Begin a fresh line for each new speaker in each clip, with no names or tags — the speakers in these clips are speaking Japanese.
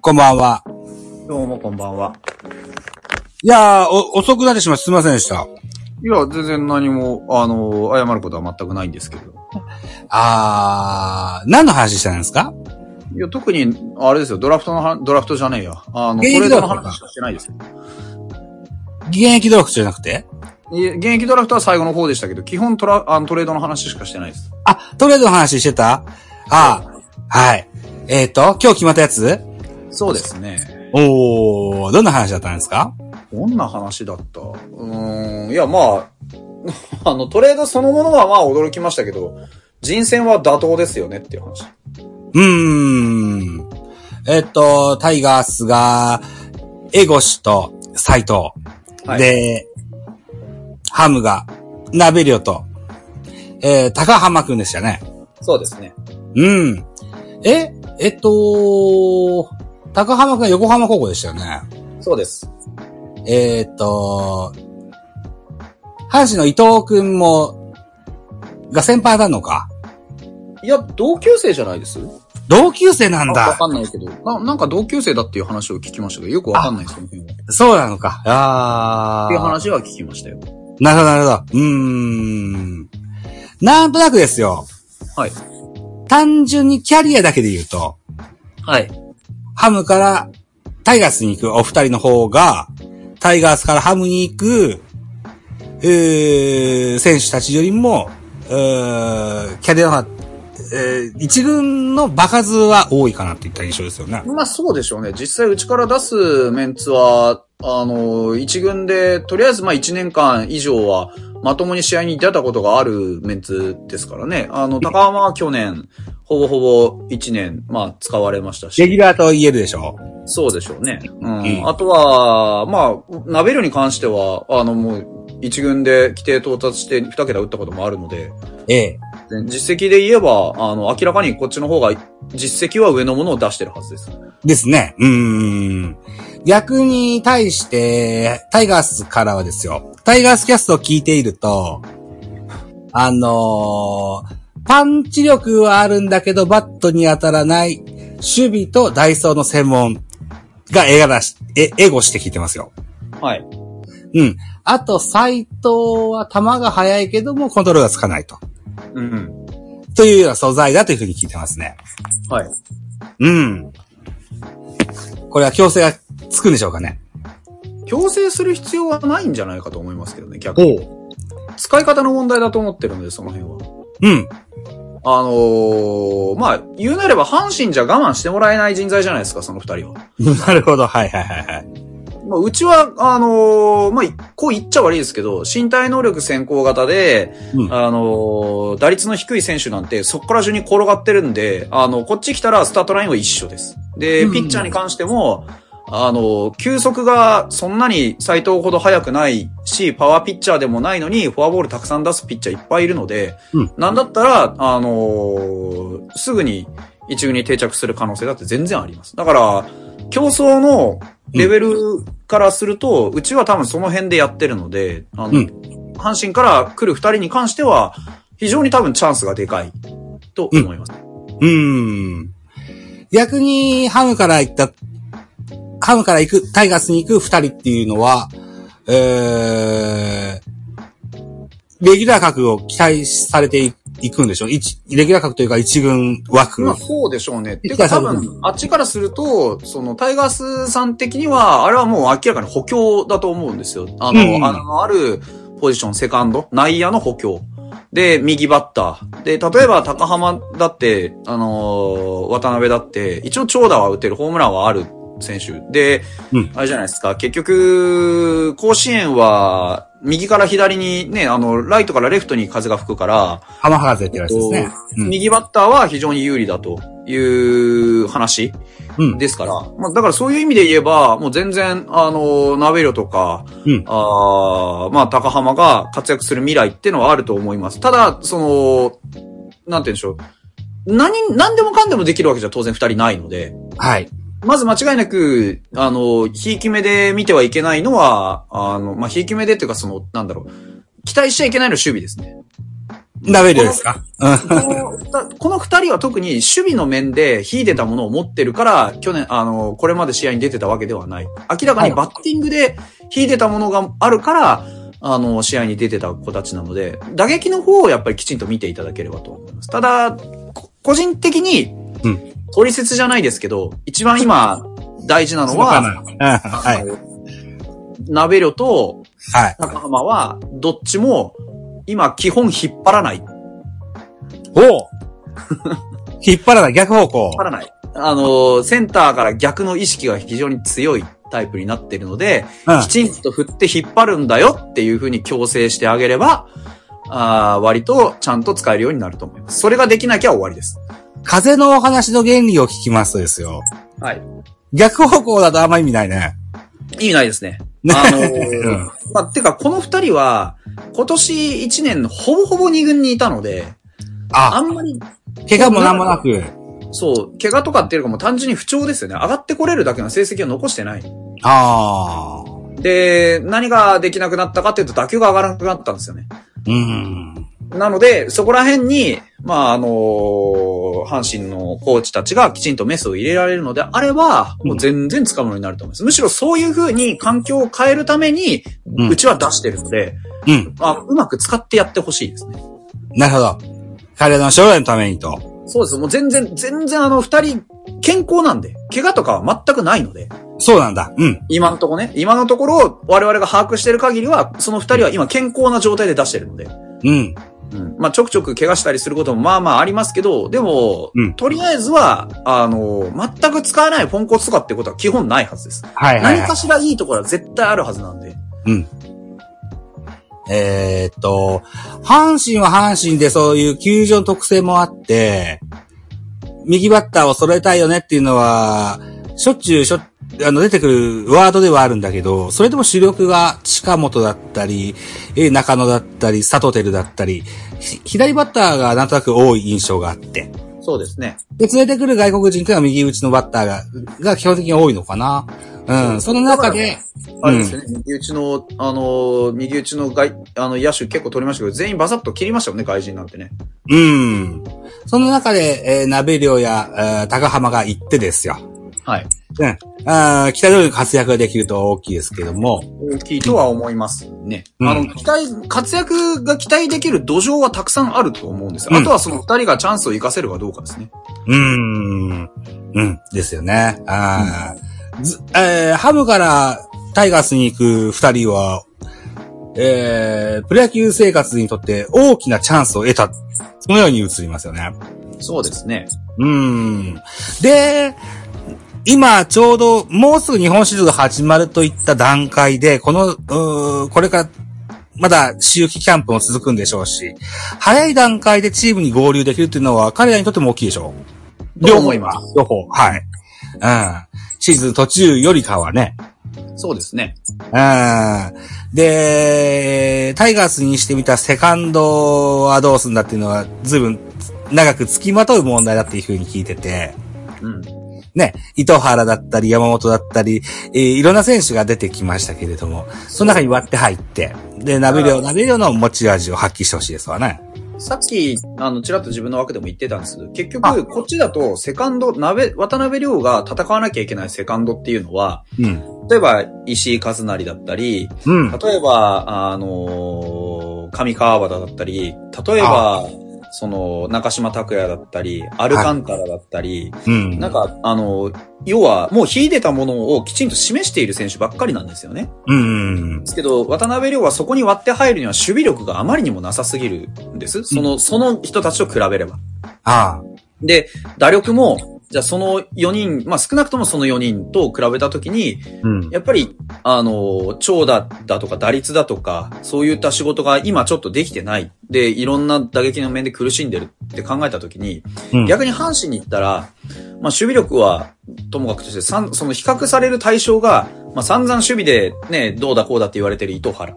こんばんは。
どうもこんばんは。
いやー、お、遅くなってしまってすいませんでした。
いや、全然何も、あの、謝ることは全くないんですけど。
あー、何の話したんですか
いや、特に、あれですよ、ドラフトのは、ドラフトじゃねえや。あの、ト
現
レ
役
ー
ド
ド
ラ
の
フトか
話しかしてないですよ。
現役ドラフトじゃなくて
いえ現役ドラフトは最後の方でしたけど、基本トラ、あのトレードの話しかしてないです。
あ、トレードの話してたあー、はい。えっ、ー、と、今日決まったやつ
そうですね。
おー、どんな話だったんですか
どんな話だったうーん、いや、まあ、あ の、トレードそのものはまあ驚きましたけど、人選は妥当ですよねっていう話。
うーん。えっ、と、タイガースが、エゴシと斎藤。
はい
で、ハムが、ナベリオと、えー、高浜くんでしたね。
そうですね。
うん。え、えっと、高浜くんは横浜高校でしたよね。
そうです。
えーっと、阪神の伊藤くんも、が先輩なのか。
いや、同級生じゃないです
同級生なん
あわ
だ。
かんないけどな。なんか同級生だっていう話を聞きましたけど、よくわかんないです、その辺は。っ
そうなのか。あ
ていう
あ。
話は聞きましたよ。
なるほど、なるほど。うーん。なんとなくですよ。
はい。
単純にキャリアだけで言うと、
はい。
ハムからタイガースに行くお二人の方が、タイガースからハムに行く、えー、選手たちよりも、えー、キャリアは、えー、一軍の場数は多いかなっていった印象ですよね。
まあそうでしょうね。実際うちから出すメンツは、あの、一軍で、とりあえずまあ一年間以上は、まともに試合に出たことがあるメンツですからね。あの、高浜は去年、ほぼほぼ一年、まあ使われましたし。
レギュラーと言えるでしょ
そうでしょうね。う。
うんん
あとは、まあ、ナベルに関しては、あの、もう、一軍で規定到達して二桁打ったこともあるので、
ええ。
で実績で言えば、あの、明らかにこっちの方が、実績は上のものを出してるはずです。
ですね。うーん。逆に対して、タイガースからはですよ。タイガースキャストを聞いていると、あのーパンチ力はあるんだけど、バットに当たらない、守備とダイソーの専門が映画だし、え、エゴして聞いてますよ。
はい。
うん。あと、斎藤は球が速いけども、コントロールがつかないと。
うん。
というような素材だというふうに聞いてますね。
はい。
うん。これは強制がつくんでしょうかね。
強制する必要はないんじゃないかと思いますけどね、逆
お
に。
う。
使い方の問題だと思ってるので、その辺は。
うん。
あのー、まあ、言うなれば、阪神じゃ我慢してもらえない人材じゃないですか、その二人は。
なるほど。はいはいはいはい。
まあ、うちは、あのー、まあ、こう言っちゃ悪いですけど、身体能力先行型で、
うん
あのー、打率の低い選手なんて、そこから順に転がってるんで、あの、こっち来たらスタートラインは一緒です。で、
うん
ピッチャーに関しても、あの、球速がそんなに斎藤ほど速くないし、パワーピッチャーでもないのに、フォアボールたくさん出すピッチャーいっぱいいるので、
うん
なんだったら、あのーすぐに一軍に定着する可能性だって全然あります。だから、競争のレベルからすると、うちは多分その辺でやってるので、あの、
うん
阪神から来る二人に関しては、非常に多分チャンスがでかいと思います。
うーん。逆に、ハムから行った、ハムから行く、タイガースに行く二人っていうのは、えー、レギュラー格を期待されていいくんでしょ一、レギュラー格というか一軍枠。
まあそうでしょうね。っていう
い
か
やそ
多
う
分、あっちからすると、そのタイガースさん的には、あれはもう明らかに補強だと思うんですよ。あの、
うん
あのあるポジション、セカンド、内野の補強。で、右バッター。で、例えば高浜だって、あのー渡辺だって、一応長打は打てる、ホームランはある選手。で、
うん
あれじゃないですか、結局、甲子園は、右から左にね、あの、ライトからレフトに風が吹くから、
浜博士って言われてですね。うん
右バッターは非常に有利だという話
うん。
ですから、まあ、だからそういう意味で言えば、もう全然、あの、ナベロとか、
うん
あーまあ、高浜が活躍する未来ってのはあると思います。ただ、その、なんて言うんでしょう。何、何でもかんでもできるわけじゃ当然二人ないので、
はい。
まず間違いなく、あの、ひいき目で見てはいけないのは、あの、まあ、ひいき目でっていうかその、なんだろう、期待しちゃいけないのは守備ですね。
ダメですかうん。
このだこの二人は特に守備の面で秀でたものを持ってるから、去年、あの、これまで試合に出てたわけではない。明らか
は
に
い
バッティングで秀でたものがあるから、あの、試合に出てた子たちなので、打撃の方をやっぱりきちんと見ていただければと思います。ただ、こ個人的に
うん、
取説じゃないですけど、一番今、大事なの
そうかな。
は、
うんはい。
ナベリョと
はい。
高浜は、どっちも、今、基本引っ張らない。引っ
おう 引っ張らない、逆方向
張。らない。あのー、センターから逆の意識が非常に強いタイプになっているので、
うん
きちんと振って引っ張るんだよっていう風に強制してあげれば、あー割とちゃんと使えるようになると思います。それができなきゃ終わりです。
風のお話の原理を聞きますとですよ。
はい。
逆方向だとあんま意味ないね。
意味ないですね。
ね
あの
う
ー
ん、
まあ、てか、この二人は、今年一年、ほぼほぼ二軍にいたので、あ
あ、
んまり
怪我もなんもなく。
そう、怪我とかっていうかもう単純に不調ですよね。上がってこれるだけの成績を残してない。
ああ。
で、何ができなくなったかっていうと打球が上がらなくなったんですよね。
うん。
なので、そこら辺に、まあ、あの阪神のコーチたちがきちんとメスを入れられるのであれば、もう全然使うものになると思います。むしろそういう風に環境を変えるために、
うん
うちは出してるので、
うん。
まあ、うまく使ってやってほしいですね。
なるほど。彼の将来のためにと。
そうです。もう全然、全然あの、二人、健康なんで、怪我とかは全くないので。
そうなんだ。うん。
今のところね、今のところ我々が把握している限りは、その二人は今健康な状態で出してるので、
うん。
うん、まあちょくちょく怪我したりすることもまあまあありますけど、でも、
うん
とりあえずは、あの、全く使わないポンコツとかってことは基本ないはずです。
はいはい、
何
は
かしらいいところは絶対あるはずなんで。
い。うん。えー、っと、阪神は阪神でそういう球場の特性もあって、右バッターを揃えたいよねっていうのは、しょっちゅうしょっ、あの、出てくるワードではあるんだけど、それでも主力が近本だったり、えー中野だったり、佐藤輝だったり、ひ左バッターがなんとなく多い印象があって。
そうですね。
で、連れてくる外国人っていうのは右打ちのバッターが、が基本的に多いのかな。うん。その中で、
あれですよね。右打ちの、あの、右打ちの外、あの、野手結構取りましたけど、全員バサッと切りましたよね、外人なんてね。
うん。その中で、えー、鍋量や、えー高浜が行ってですよ。
はい。
うん。あー北条の活躍ができると大きいですけども。
大きいとは思いますね。
うん
あの、期待、活躍が期待できる土壌はたくさんあると思うんですよ。
うん
あとはその二人がチャンスを活かせるかどうかですね。
うーん。うん。ですよね。あーずえーハムからタイガースに行く二人は、えー、プロ野球生活にとって大きなチャンスを得た。そのように映りますよね。
そうですね。
うん。で、今ちょうどもうすぐ日本シリーズが始まるといった段階で、この、うーこれからまだ周期キャンプも続くんでしょうし、早い段階でチームに合流できるっていうのは彼らにとっても大きいでしょう。
と思います
両方。はい。うん。シーズン途中よりかはね。
そうですね。
うん。で、タイガースにしてみたセカンドはどうすんだっていうのは、ずいぶん長く付きまとう問題だっていうふうに聞いてて。
うん。
ね、糸原だったり、山本だったり、えーいろんな選手が出てきましたけれども、その中に割って入って、で、鍋量、鍋量の持ち味を発揮してほしいですわね。
さっき、あの、ちらっと自分の枠でも言ってたんですけど、結局、こっちだと、セカンド、鍋、渡辺亮が戦わなきゃいけないセカンドっていうのは、
うん。
例えば、石井和成だったり、
うん。
例えば、あのー上川端だったり、例えば、その、中島拓也だったり、アルカンタラだったり、
うん。
なんか、あの、要は、もう秀でたものをきちんと示している選手ばっかりなんですよね。
うん。
ですけど、渡辺亮はそこに割って入るには守備力があまりにもなさすぎるんです。その、その人たちと比べれば。
ああ。
で、打力も、じゃあその4人、まあ少なくともその4人と比べたときに、
うん。
やっぱり、あの、長打だとか打率だとか、そういった仕事が今ちょっとできてない。で、いろんな打撃の面で苦しんでるって考えたときに、
うん
逆に阪神に行ったら、まあ守備力はともかくとして、さんその比較される対象が、まあ散々守備でね、どうだこうだって言われてる糸原。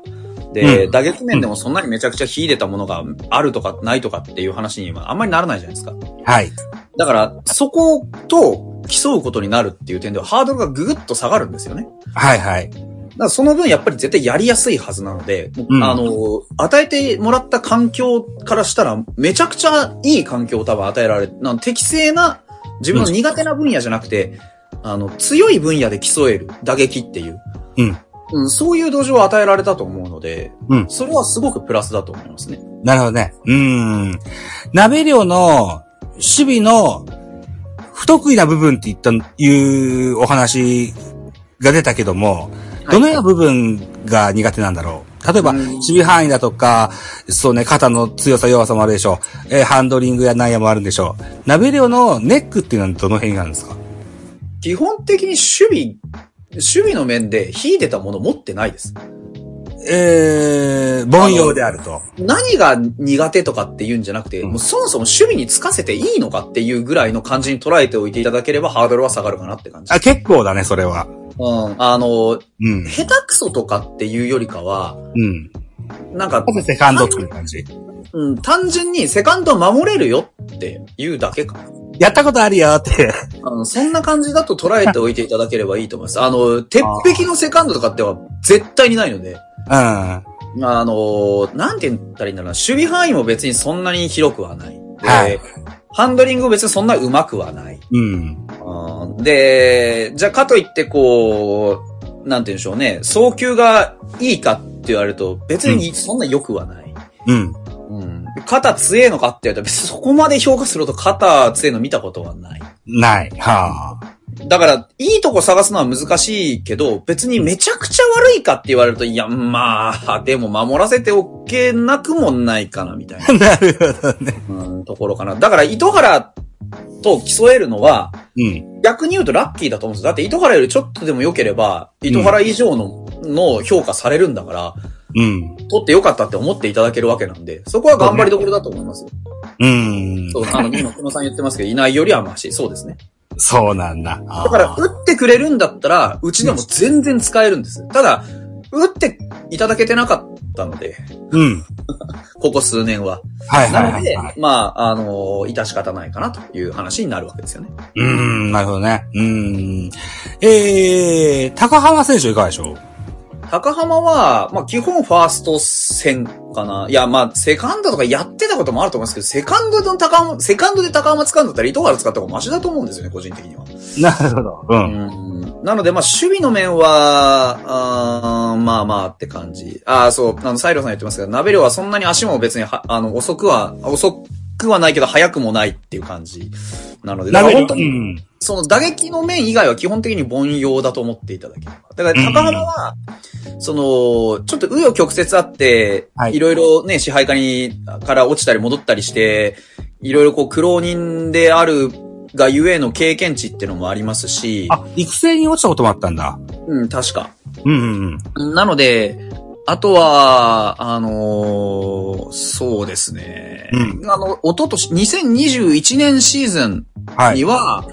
で、
うん
打撃面でもそんなにめちゃくちゃ秀でたものがあるとかないとかっていう話にはあんまりならないじゃないですか。
はい。
だから、そこと競うことになるっていう点ではハードルがぐぐっと下がるんですよね。
はいはい。
からその分やっぱり絶対やりやすいはずなので、
うん
あの、与えてもらった環境からしたら、めちゃくちゃいい環境を多分与えられて、なん適正な、自分の苦手な分野じゃなくて、あの、強い分野で競える打撃っていう。
うん
うん、そういう土壌を与えられたと思うので、
うん
それはすごくプラスだと思いますね。
なるほどね。うーん。鍋量の守備の不得意な部分って言った、いうお話が出たけども、どのような部分が苦手なんだろう例えば、
うん
守備範囲だとか、そうね、肩の強さ弱さもあるでしょう。えーハンドリングやなんやもあるんでしょう。鍋量のネックっていうのはどの辺なんですか
基本的に守備、守備の面で秀でたもの持ってないです。
えー、凡庸であると。
何が苦手とかっていうんじゃなくて、
うん
もうそもそも守備につかせていいのかっていうぐらいの感じに捉えておいていただければハードルは下がるかなって感じ。
あ、結構だね、それは。
うん。あの、
うん。
下手くそとかっていうよりかは、
うん。
なんか、
セカンドっていう感じ。
うん、単純にセカンド守れるよっていうだけかな。
やったことあるよって。
あの、そんな感じだと捉えておいていただければいいと思います。あの、鉄壁のセカンドとかっては絶対にないので、
うん。
あの、なんて言ったらいいんだろうな、守備範囲も別にそんなに広くはない。で
はい
ハンドリングも別にそんな上手くはない。
うん。
うんで、じゃあかといってこう、なんて言うんでしょうね、送球がいいかって言われると、別にそんな良くはない。
うん。
うん、肩強えのかって言われたら、別にそこまで評価すると肩強えの見たことはない。
ない。はあ。
だから、いいとこ探すのは難しいけど、別にめちゃくちゃ悪いかって言われると、いや、まあ、でも守らせておけなくもないかな、みたいな。
なるほどね。
うん、ところかな。だから、糸原と競えるのは、
うん。
逆に言うとラッキーだと思うんですよ。だって、糸原よりちょっとでも良ければ、糸原以上の、の評価されるんだから、
うん。
取って良かったって思っていただけるわけなんで、そこは頑張りどころだと思いますよ。
うん。
そう、あの、今、久野さん言ってますけど、いないよりはマシ。そうですね。
そうなんだ。あ
だ
あ
から、打ってくれるんだったら、うちでも全然使えるんです。ただ、打っていただけてなかったので、
うん。
ここ数年は。
はいはい
なの
はい
で
はい。、
まあ、あの、いた仕方ないかなという話になるわけですよね。
うん、なるほどね。うん。えー、高浜選手いかがでしょう
高浜は、まあ、基本ファースト戦かな。いや、まあ、セカンドとかやってたこともあると思うんですけど、セカンドの高浜、セカンドで高浜使うんだったら糸原使った方がマシだと思うんですよね、個人的には。
なるほど。う。
うんんなので、まあ、守備の面は、あーまあまあって感じ。ああ、そう、あの、サイロさん言ってますけど、ナベルはそんなに足も別には、あの、遅くは、遅くはないけど、速くもないっていう感じなので、だ
な
から
るほ
本当
ど。う
に、
ん。
その打撃の面以外は基本的に凡庸だと思っていただければ。だから、高原は、その、ちょっと紆余曲折あって、
はい
い、ろいろね、支配下に、から落ちたり戻ったりして、いろいろこう、苦労人であるがゆえの経験値っていうのもありますし、
あ、育成に落ちたこともあったんだ。
うん、確か。
うんうんうん。
なので、あとは、あのーそうですね。
う
あの、おととし、2021年シーズン
はい
に。は、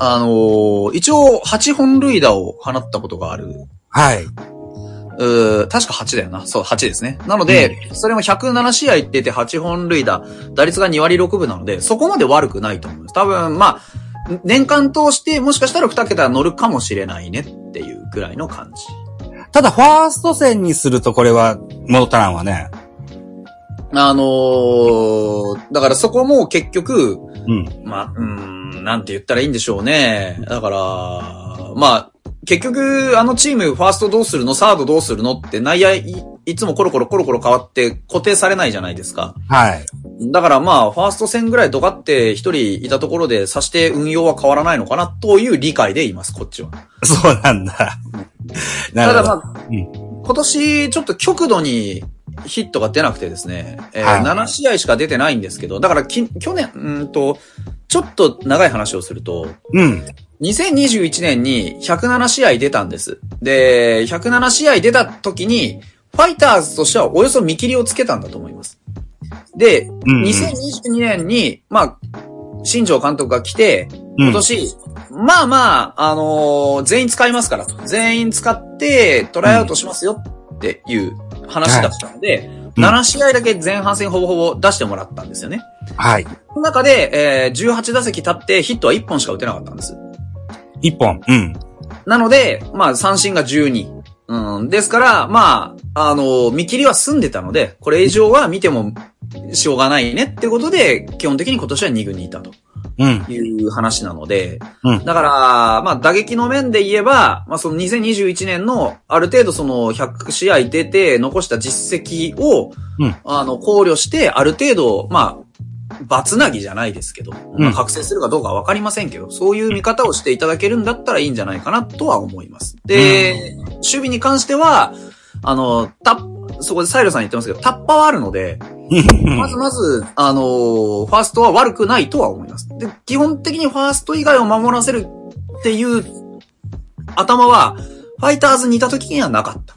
あのー一応8本塁打を放ったことがある。
はい。
うー確か8だよな。そう、8ですね。なので、それも107試合出て8本塁打、打率が2割6分なので、そこまで悪くないと思います。多分、まあ、年間通して、もしかしたら2桁乗るかもしれないねっていうぐらいの感じ。
ただ、ファースト戦にするとこれは、戻ったらんわね。
あのー、だからそこも結局、
うん。
まあ、うーん、なんて言ったらいいんでしょうね。だから、まあ、結局、あのチーム、ファーストどうするのサードどうするのって内野い、いつもコロコロコロコロ変わって固定されないじゃないですか。
はい。
だからまあ、ファースト戦ぐらいドカって一人いたところで、さして運用は変わらないのかなという理解でいます、こっちは。
そうなんだ。な
た
る
だ
ほど。
まあ、今年ちょっと極度にヒットが出なくてですね、えー
はい
7試合しか出てないんですけど、だからき去年、うーんと、ちょっと長い話をすると、
うん。
2021年に107試合出たんです。で、107試合出た時に、ファイターズとしてはおよそ見切りをつけたんだと思います。で、
うんうん
2022年に、まあ、新庄監督が来て、
うん
今年、まあまあ、あのー全員使いますからと、全員使ってトライアウトしますよっていう話だったので、
うん
7試合だけ前半戦ほぼほぼ出してもらったんですよね。
はい。
その中で、えー18打席立ってヒットは1本しか打てなかったんです。
一本。うん。
なので、まあ三振が12。うん。ですから、まあ、あの、見切りは済んでたので、これ以上は見てもしょうがないねってことで、基本的に今年は2軍にいたと
うん。
いう話なので、
うん
だから、まあ、打撃の面で言えば、まあ、その2021年のある程度その100試合出て残した実績を、
うん
あの、考慮して、ある程度、まあ、バツなぎじゃないですけど、ま
う
あ、
ん
覚醒するかどうかはわかりませんけど、そういう見方をしていただけるんだったらいいんじゃないかなとは思います。で、守備に関しては、あの、タッそこでサイロさん言ってますけど、タッパはあるので、まずまず、あのーファーストは悪くないとは思います。で、基本的にファースト以外を守らせるっていう頭は、ファイターズにいた時にはなかった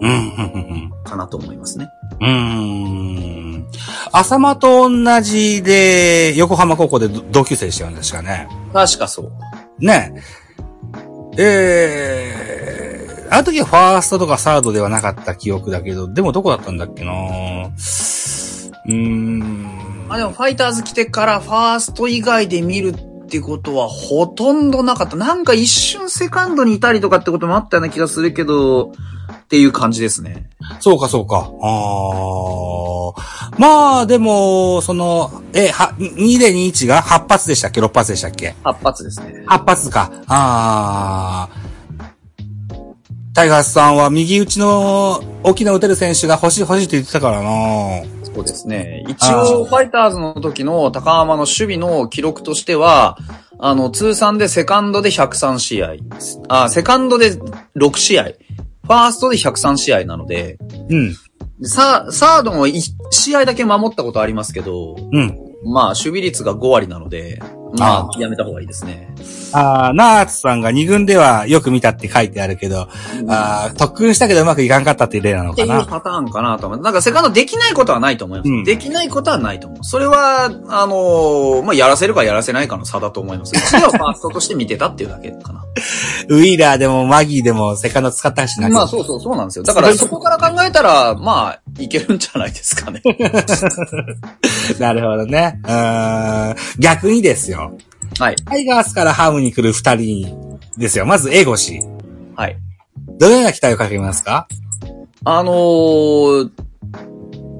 うん。うん。
かなと思いますね。
うーん。浅間と同じで、横浜高校でど同級生でしたよね、確かね。
確かそう。
ねえ。えー、あの時はファーストとかサードではなかった記憶だけど、でもどこだったんだっけなうーん。
まあでも、ファイターズ来てからファースト以外で見るってことはほとんどなかった。なんか一瞬セカンドにいたりとかってこともあったような気がするけど、っていう感じですね。
そうか、そうか。あー。まあ、でも、その、え、は、2で21が8発でしたっけ ?6 発でしたっけ
発発ですね。
8発か。あー。タイガースさんは右打ちの大きな打てる選手が欲しい欲しいって言ってたからな
そうですね。一応、ファイターズの時の高浜の守備の記録としては、あの、通算でセカンドで103試合。あ、セカンドで6試合。ファーストで103試合なので、
うん、
サーサードも1試合だけ守ったことありますけど、
うん。
まあ、守備率が5割なので、ま
あ
あ、やめた方がいいですね。
あー、ナーツさんが2軍ではよく見たって書いてあるけど、あー、特訓したけどうまくいかんかったっていう例なの
ってい
か
う
な。
パターンかなと思う。なんかセカンドできないことはないと思います。
うん
できないことはないと思う。それは、あのーまあ、やらせるかやらせないかの差だと思います。うちではファーストとして見てたっていうだけかな。
ウィーラーでもマギーでもセカンド使ったしな。
まあそうそうそうなんですよ。だからそこから考えたら、まあ、いけるんじゃないで すかね。
なるほどね。うーん。逆にですよ。
はい。
タイガースからハムに来る二人ですよ。まず、エゴシ。
はい。
どのような期待をかけますか
あのー、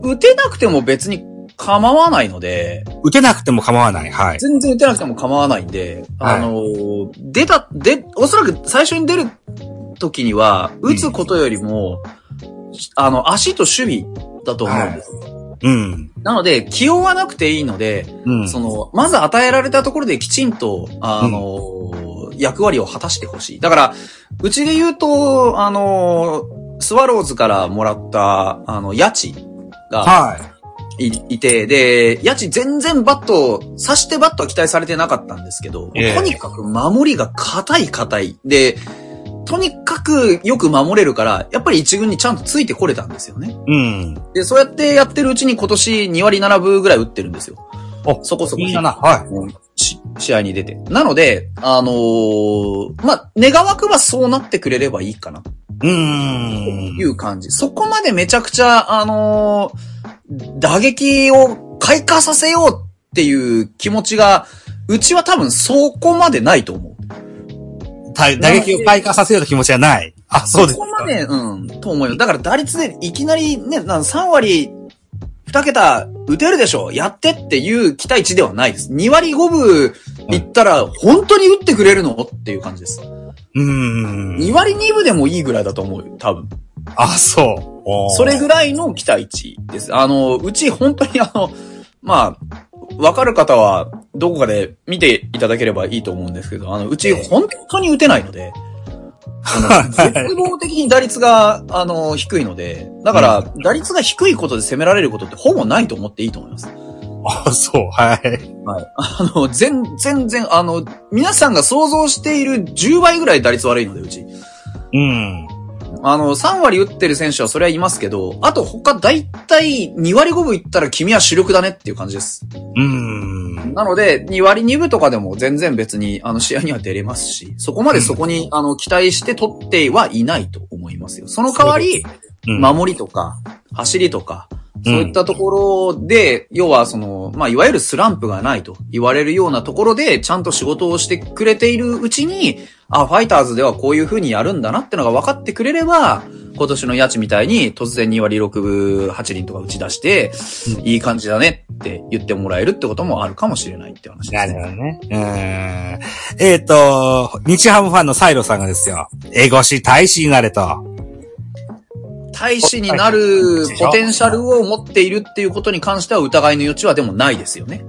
打てなくても別に構わないので、
打てなくても構わない。はい。
全然打てなくても構わないんで、
はい
あのー、出た、で、おそらく最初に出る時には、打つことよりも、あの、足と守備だと思うんです。
うん。
なので、気負わなくていいので、
うん。
その、まず与えられたところできちんと、あの、役割を果たしてほしい。だから、うちで言うと、あの、スワローズからもらった、あの、ヤチが
はい
いて、で、ヤチ全然バット、刺してバットは期待されてなかったんですけど、
ええ
とにかく守りが硬い硬い。で、とにかくよく守れるから、やっぱり一軍にちゃんとついてこれたんですよね。
い。うん。
で、そうやってやってるうちに今年2割7分ぐらい打ってるんですよ。
お
そこそこ。
いいな。はい。
し試合に出て。なので、あのーまあ、願わくばそうなってくれればいいかな、
うー
とい
ん。
う感じ。そこまでめちゃくちゃ、あのー打撃を開花させようっていう気持ちが、うちは多分そこまでないと思う。
た打撃を開花させようと気持ちはない。あ、そうです
そ
か
こ。まで、うん、と思います。だから打率でいきなりね、なん3割、2桁打てるでしょやってっていう期待値ではないです。2割5分いったら、本当に打ってくれるのっていう感じです。
う
2
ーん。
割2分でもいいぐらいだと思うよ、多分。
あ、そうおー。
それぐらいの期待値です。あの、うち本当にあの、 まあ、わかる方はどこかで見ていただければいいと思うんですけど、あの、うち本当に打てないので、あの絶望的に打率が、 あの、低いので、だから、打率が低いことで攻められることってほぼないと思っていいと思います。
あ、そう。はい。
あの、全、全然、あの、皆さんが想像している10倍ぐらい打率悪いので、うち。
うん。
あの、3割打ってる選手はそれはいますけど、あと他大体2割5分いったら君は主力だねっていう感じです。
うーん。
なので、2割2分とかでも全然別に、あの、試合には出れますし、そこまでそこに、あの、期待して取ってはいないと思いますよ。その代わり、
うん
守りとか、走りとか、
う
そ
ん
ういったところで、要はその、まあ、いわゆるスランプがないと言われるようなところで、ちゃんと仕事をしてくれているうちに、あ、ファイターズではこういう風にやるんだなってのが分かってくれれば、今年の家賃みたいに突然2割6分8厘とか打ち出して、
う
いい感じだねって言ってもらえるってこともあるかもしれないって話で
な
す
る
ね。
ほどね。うーん。えっ、と、日ハムファンのサイロさんがですよ。エゴシ大使になれと。
大使になるポテンシャルを持っているっていうことに関しては疑いの余地はでもないですよね。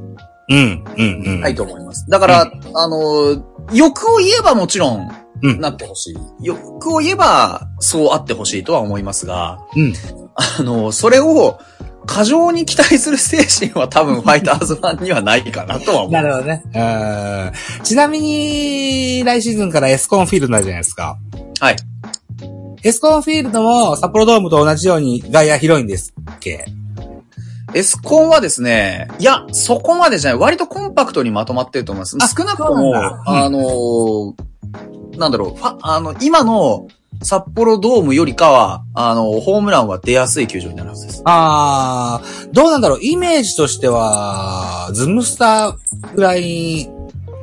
うん、うん、うん。
ないと思います。だから、あの、欲を言えばもちろん
うん、
なってほしい。欲を言えば、そうあってほしいとは思いますが、
うん。
あの、それを、過剰に期待する精神は多分ファイターズファンにはないかなとは思
な
う。
るほどね。うーん。ちなみに、来シーズンからエスコンフィールドになるじゃないですか。
はい。
エスコンフィールドも札幌ドームと同じように外野広いんですっけ
エスコンはですね、いや、そこまでじゃない。割とコンパクトにまとまってると思います
あ。
少なくと
そう
も、
なんだうん
あの、なんだろう、ファあの、今の札幌ドームよりかは、あの、ホームランは出やすい球場になるはずです。
あー、どうなんだろうイメージとしては、ズムスターぐらい、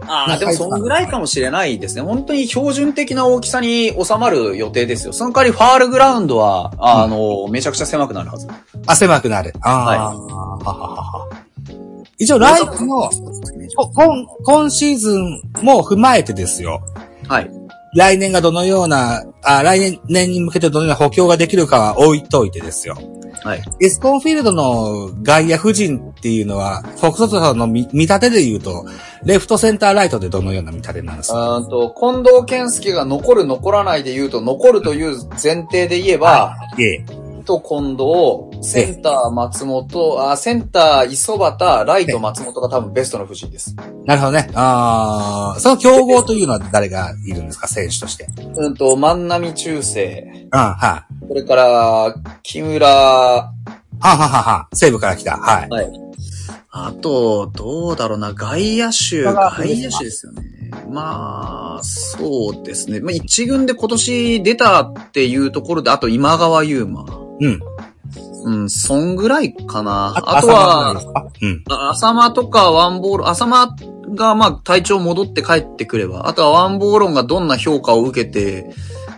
ああ、
サ
でも
イズ
そんぐらいかもしれないですね。本当に標準的な大きさに収まる予定ですよ。その代わりファールグラウンドは、あの、めちゃくちゃ狭くなるはず。
あ、狭くなる。あー、はははは一応来季の、こ今、今シーズンも踏まえてですよ。
はい。
来年がどのような、あ来年年に向けてどのような補強ができるかは置いといてですよ。
はい。
エスコンフィールドの外野夫人っていうのは、フォックソトさんの見見立てで言うと、レフトセンターライトでどのような見立てなんですか
あーと、近藤健介が残る残らないで言うと、残るという前提で言えば、
ええ。
と近藤、センター松本、あセンター磯端、ライト松本が多分ベストの布陣です。
なるほどね。ああ、その競合というのは誰がいるんですか選手として。うん、
うんと、万波中世、
はい、
それから、木村、
はあはあはあはあ西部から来た。はい。
はい。あと、どうだろうな、外野手、
ここが
外野手ですよね。まあ、そうですね。まあ、一軍で今年出たっていうところで、あと今川優馬。
うん。
うん、そんぐらいかな。あと
浅間
は、
ですかうん。
あ浅間とかワンボール、浅間がまあ体調戻って帰ってくれば、あとはワンボーロンがどんな評価を受けて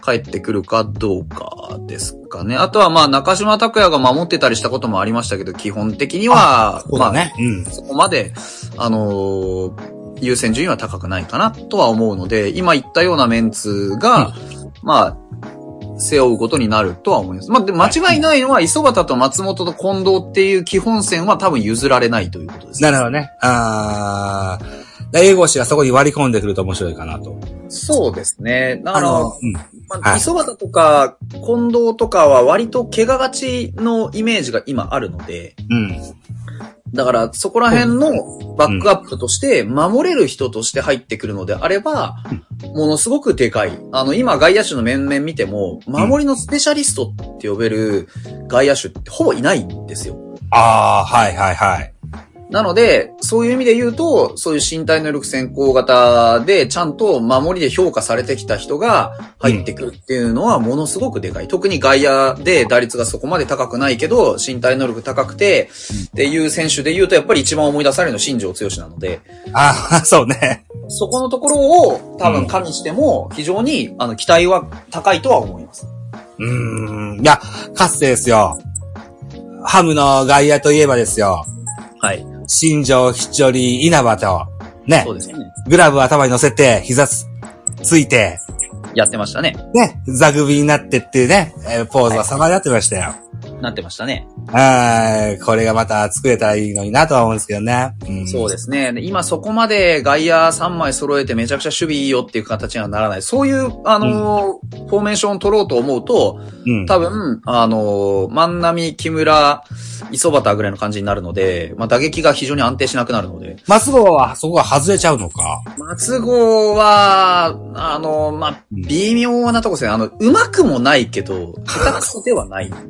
帰ってくるかどうかですかね。あとはまあ中島拓也が守ってたりしたこともありましたけど、基本的には、
そうだね。うん
まあ、。そこまで、あのー優先順位は高くないかなとは思うので、今言ったようなメンツが、まあ、背負うことになるとは思います。まあ、で間違いないのは、磯端と松本と近藤っていう基本線は多分譲られないということですね。
なるほどね。ああ、英語氏がそこに割り込んでくると面白いかなと。
そうですね。だ
あ
から、
の、うん。
ま
は
あ、
い
磯端とか近藤とかは割と怪我がちのイメージが今あるので、
うん。
だから、そこら辺のバックアップとして、守れる人として入ってくるのであれば、ものすごくでかい。あの、今、外野手の面々見ても、守りのスペシャリストって呼べる外野手ってほぼいないんですよ。
ああ、はいはいはい。
なので、そういう意味で言うと、そういう身体能力先行型で、ちゃんと守りで評価されてきた人が入ってくるっていうのはものすごくでかい。特に外野で打率がそこまで高くないけど、身体能力高くて、っていう選手で言うと、やっぱり一番思い出されるのは新庄剛志なので、
ああ、そうね。
そこのところを多分加味しても、非常にあの期待は高いとは思います。
うーん。いや、かつてですよ。ハムの外野といえばですよ。
はい。
新庄、七折、稲葉と、ね
そう、ですね。
グラブ頭に乗せて、膝つ、ついて、
やってましたね。
ね、ザグビーになってっていうね、えーポーズは様になってましたよ。
なってましたね。
はーい。これがまた作れたらいいのになとは思うんですけどね。ん
そうですね。で今そこまで外野3枚揃えてめちゃくちゃ守備いいよっていう形にはならない。そういう、あのーフォーメーションを取ろうと思うと、
うん。
多分、あのー万波、木村、磯端ぐらいの感じになるので、まあ、打撃が非常に安定しなくなるので。
松郷はそこが外れちゃうのか。
松郷は、あのーまあ、微妙なとこですね。あの、うまくもないけど、下手くそではない。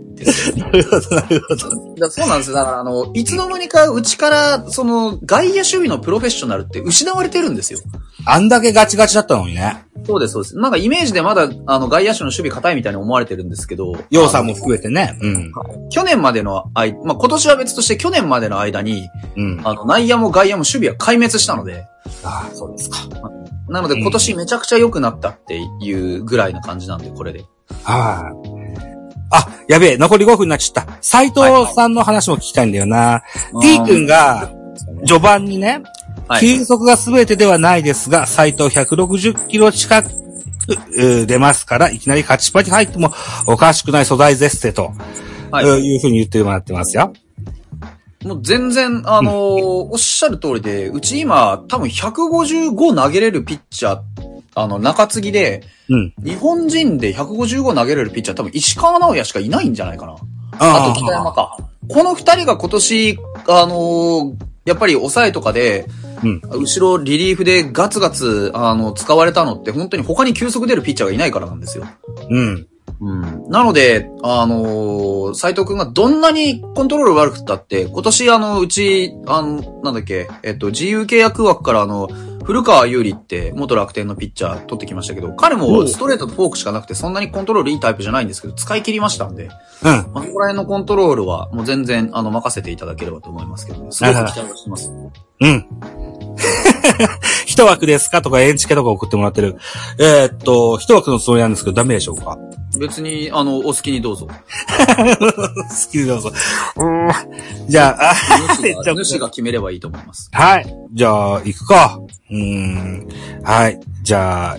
なるほど、なるほど。
だそうなんですよ。だから、あの、いつの間にか、うちから、その、外野守備のプロフェッショナルって失われてるんですよ。
あんだけガチガチだったのにね。
そうです、そうです。なんかイメージでまだ、あの、外野手の守備硬いみたいに思われてるんですけど。
洋さんも含めてね。うん。
去年までの間、まあ、今年は別として去年までの間に、
うん。
あの、内野も外野も守備は壊滅したので、
ああ、そうですか。
なので今年めちゃくちゃ良くなったっていうぐらいな感じなんで、これで。
はい。あ、やべえ、残り5分になっちゃった。斎藤さんの話も聞きたいんだよな。T 君が序盤にね、
はい。
球速が全てではないですが、斎藤160キロ近く、う出ますから、いきなり勝ちパチ入ってもおかしくない素材ゼッセと、、
はいい。
うふうに言ってもらってますよ。
もう全然、あのーおっしゃる通りで、うち今、多分155投げれるピッチャー、あの、中継ぎで、
うん。
日本人で155投げれるピッチャー多分石川直也しかいないんじゃないかな。あと北山か。この二人が今年、あのーやっぱり抑えとかで、
うん
後ろリリーフでガツガツ、あの、使われたのって本当に他に急速出るピッチャーがいないからなんですよ。
うん。
うん。なので、あのー斉藤くんがどんなにコントロール悪くったって、今年あの、うち、あの、なんだっけ、えっと、自由契約枠からあの、古川優里って元楽天のピッチャー取ってきましたけど、彼
お
も
う
ストレートとフォークしかなくて、そんなにコントロールいいタイプじゃないんですけど、使い切りましたんで、
うん。
まあ、そこら辺のコントロールは、もう全然、あの、任せていただければと思いますけどね。すごく期待をしてます。
うん。 一枠ですかとか、エンチケとか送ってもらってる。えーっと、一枠のつもりなんですけど、ダメでしょうか
別に、あの、お好きにど うぞ。
好きでどうぞ。うーん。じゃあ、あ
主
ちょ
が
っと
主が決めればいいと思います。
はい。じゃあ、行くか。うーん。はい。じゃあ、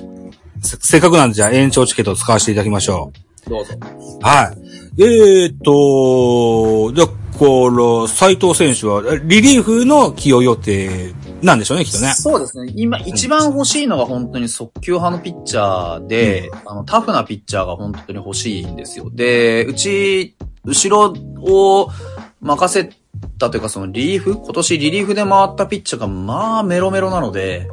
せせっかくなんで、じゃあ、延長チケットを使わせていただきましょ
どうぞ。
う。はい。えーっと、だから、斎藤選手は、えリリーフの起用予定なんでしょうね、きっとね。
そうですね。今、一番欲しいのが本当に速球派のピッチャーで、あの、タフなピッチャーが本当に欲しいんですよ。で、うち、後ろを任せたというか、そのリリーフ今年リリーフで回ったピッチャーが、まあ、メロメロなので、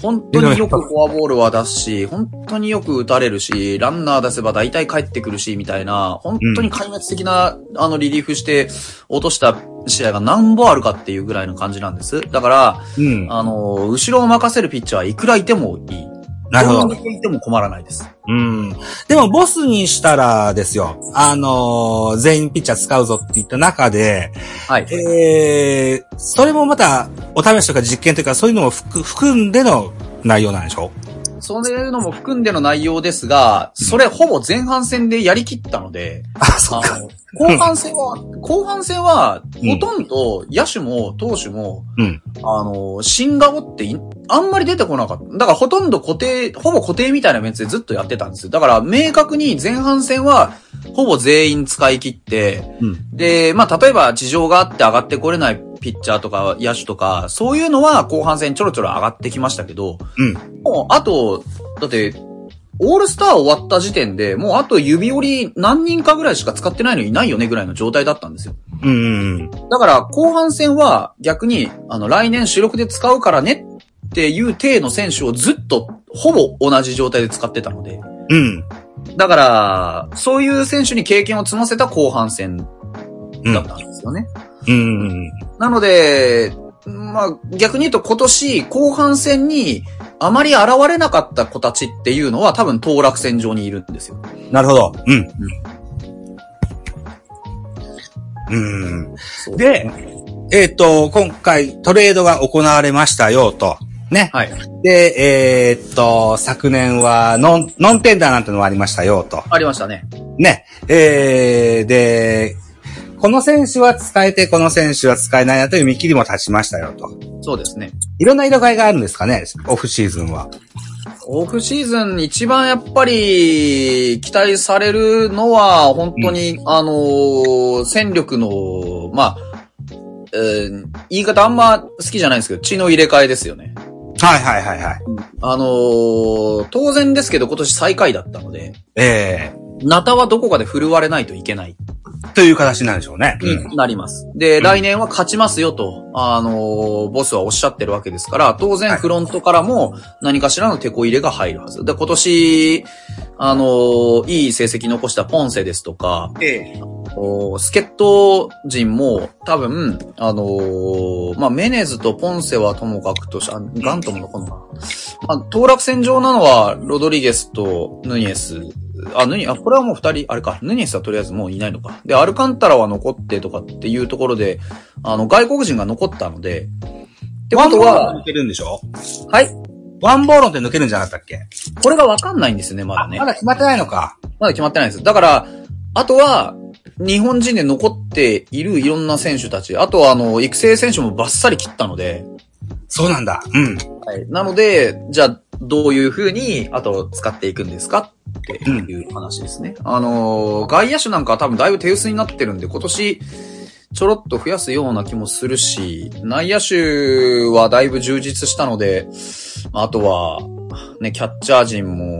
本当によくフォアボールは出すし、本当によく打たれるし、ランナー出せば大体帰ってくるし、みたいな、本当に壊滅的な、あの、リリーフして落とした試合が何本あるかっていうぐらいの感じなんです。だから、
うん。
あの、後ろを任せるピッチャーはいくらいてもいい。
なるほど。
どんにいても困らないです。
うん。でも、ボスにしたらですよ、あのー全員ピッチャー使うぞって言った中で、
はい。
えー、それもまた、お試しとか実験というか、そういうのも含含んでの内容なんでしょ
そういうのも含んでの内容ですが、それほぼ前半戦でやりきったので、
あ、そ
あ の後半戦は、後半戦は、ほとんど野手も投手も、
うん。
あの、新顔っていあんまり出てこなかった。だからほとんど固定、ほぼ固定みたいなメンツでずっとやってたんですよ。だから明確に前半戦は、ほぼ全員使い切って、
うん。
で、まあ、例えば事情があって上がってこれないピッチャーとか野手とか、そういうのは後半戦ちょろちょろ上がってきましたけど、
うん。
もう、あと、だって、オールスター終わった時点で、もうあと指折り何人かぐらいしか使ってないのいないよねぐらいの状態だったんですよ。
うん。うん。
だから、後半戦は逆に、あの、来年主力で使うからねっていう体の選手をずっと、ほぼ同じ状態で使ってたので。
うん。
だから、そういう選手に経験を積ませた後半戦
うん
だったんですよね。
うん。
なので、まあ、逆に言うと今年後半戦にあまり現れなかった子たちっていうのは多分当落戦場にいるんですよ。
なるほど。うん。うん。
そう
で、えっ、と、今回トレードが行われましたよと。ね。
はい。
で、えーっと、昨年はノン、ノンテンダーなんてのもありましたよ、と。
ありましたね。
ね。えー、で、この選手は使えて、この選手は使えないなという見切りも立ちましたよ、と。
そうですね。
いろんな色替えがあるんですかね、オフシーズンは。
オフシーズン一番やっぱり期待されるのは本当に、あのー戦力の、まあ、えー言い方あんま好きじゃないんですけど、血の入れ替えですよね。
はいはいはいはい。
あのー当然ですけど今年最下位だったので、
え
ナタはどこかで振るわれないといけない。
ー、という形なんでしょうね。うん
になります。で、来年は勝ちますよと、あのーボスはおっしゃってるわけですから、当然
はい
フロントからも何かしらの手こ入れが入るはず。で、今年、あのーいい成績残したポンセですとか、おスケット陣も多分、あのーまあ、メネズとポンセはともかくとしあガントも残るのかまあ、当落戦場なのは、ロドリゲスとヌニエス。あ、ヌニ、あ、これはもう二人、あれか、ヌニエスはとりあえずもういないのか。で、アルカンタラは残ってとかっていうところで、あの、外国人が残ったので、ってこと
ワンボーロン
は、
抜けるんでしょ
はい。
ワンボーロンって抜けるんじゃなかったっけ
これがわかんないんですね、まだね
ま。だ決まってないのか。
まだ決まってないです。だから、あとは、日本人で残っているいろんな選手たち、あとはあの、育成選手もバッサリ切ったので、
そうなんだ。うん。
はい。なので、じゃあ、どういうふうに、あと使っていくんですかっていう話ですね。あのー、外野手なんかは多分だいぶ手薄になってるんで、今年、ちょろっと増やすような気もするし、内野手はだいぶ充実したので、まああとは、ね、キャッチャー陣も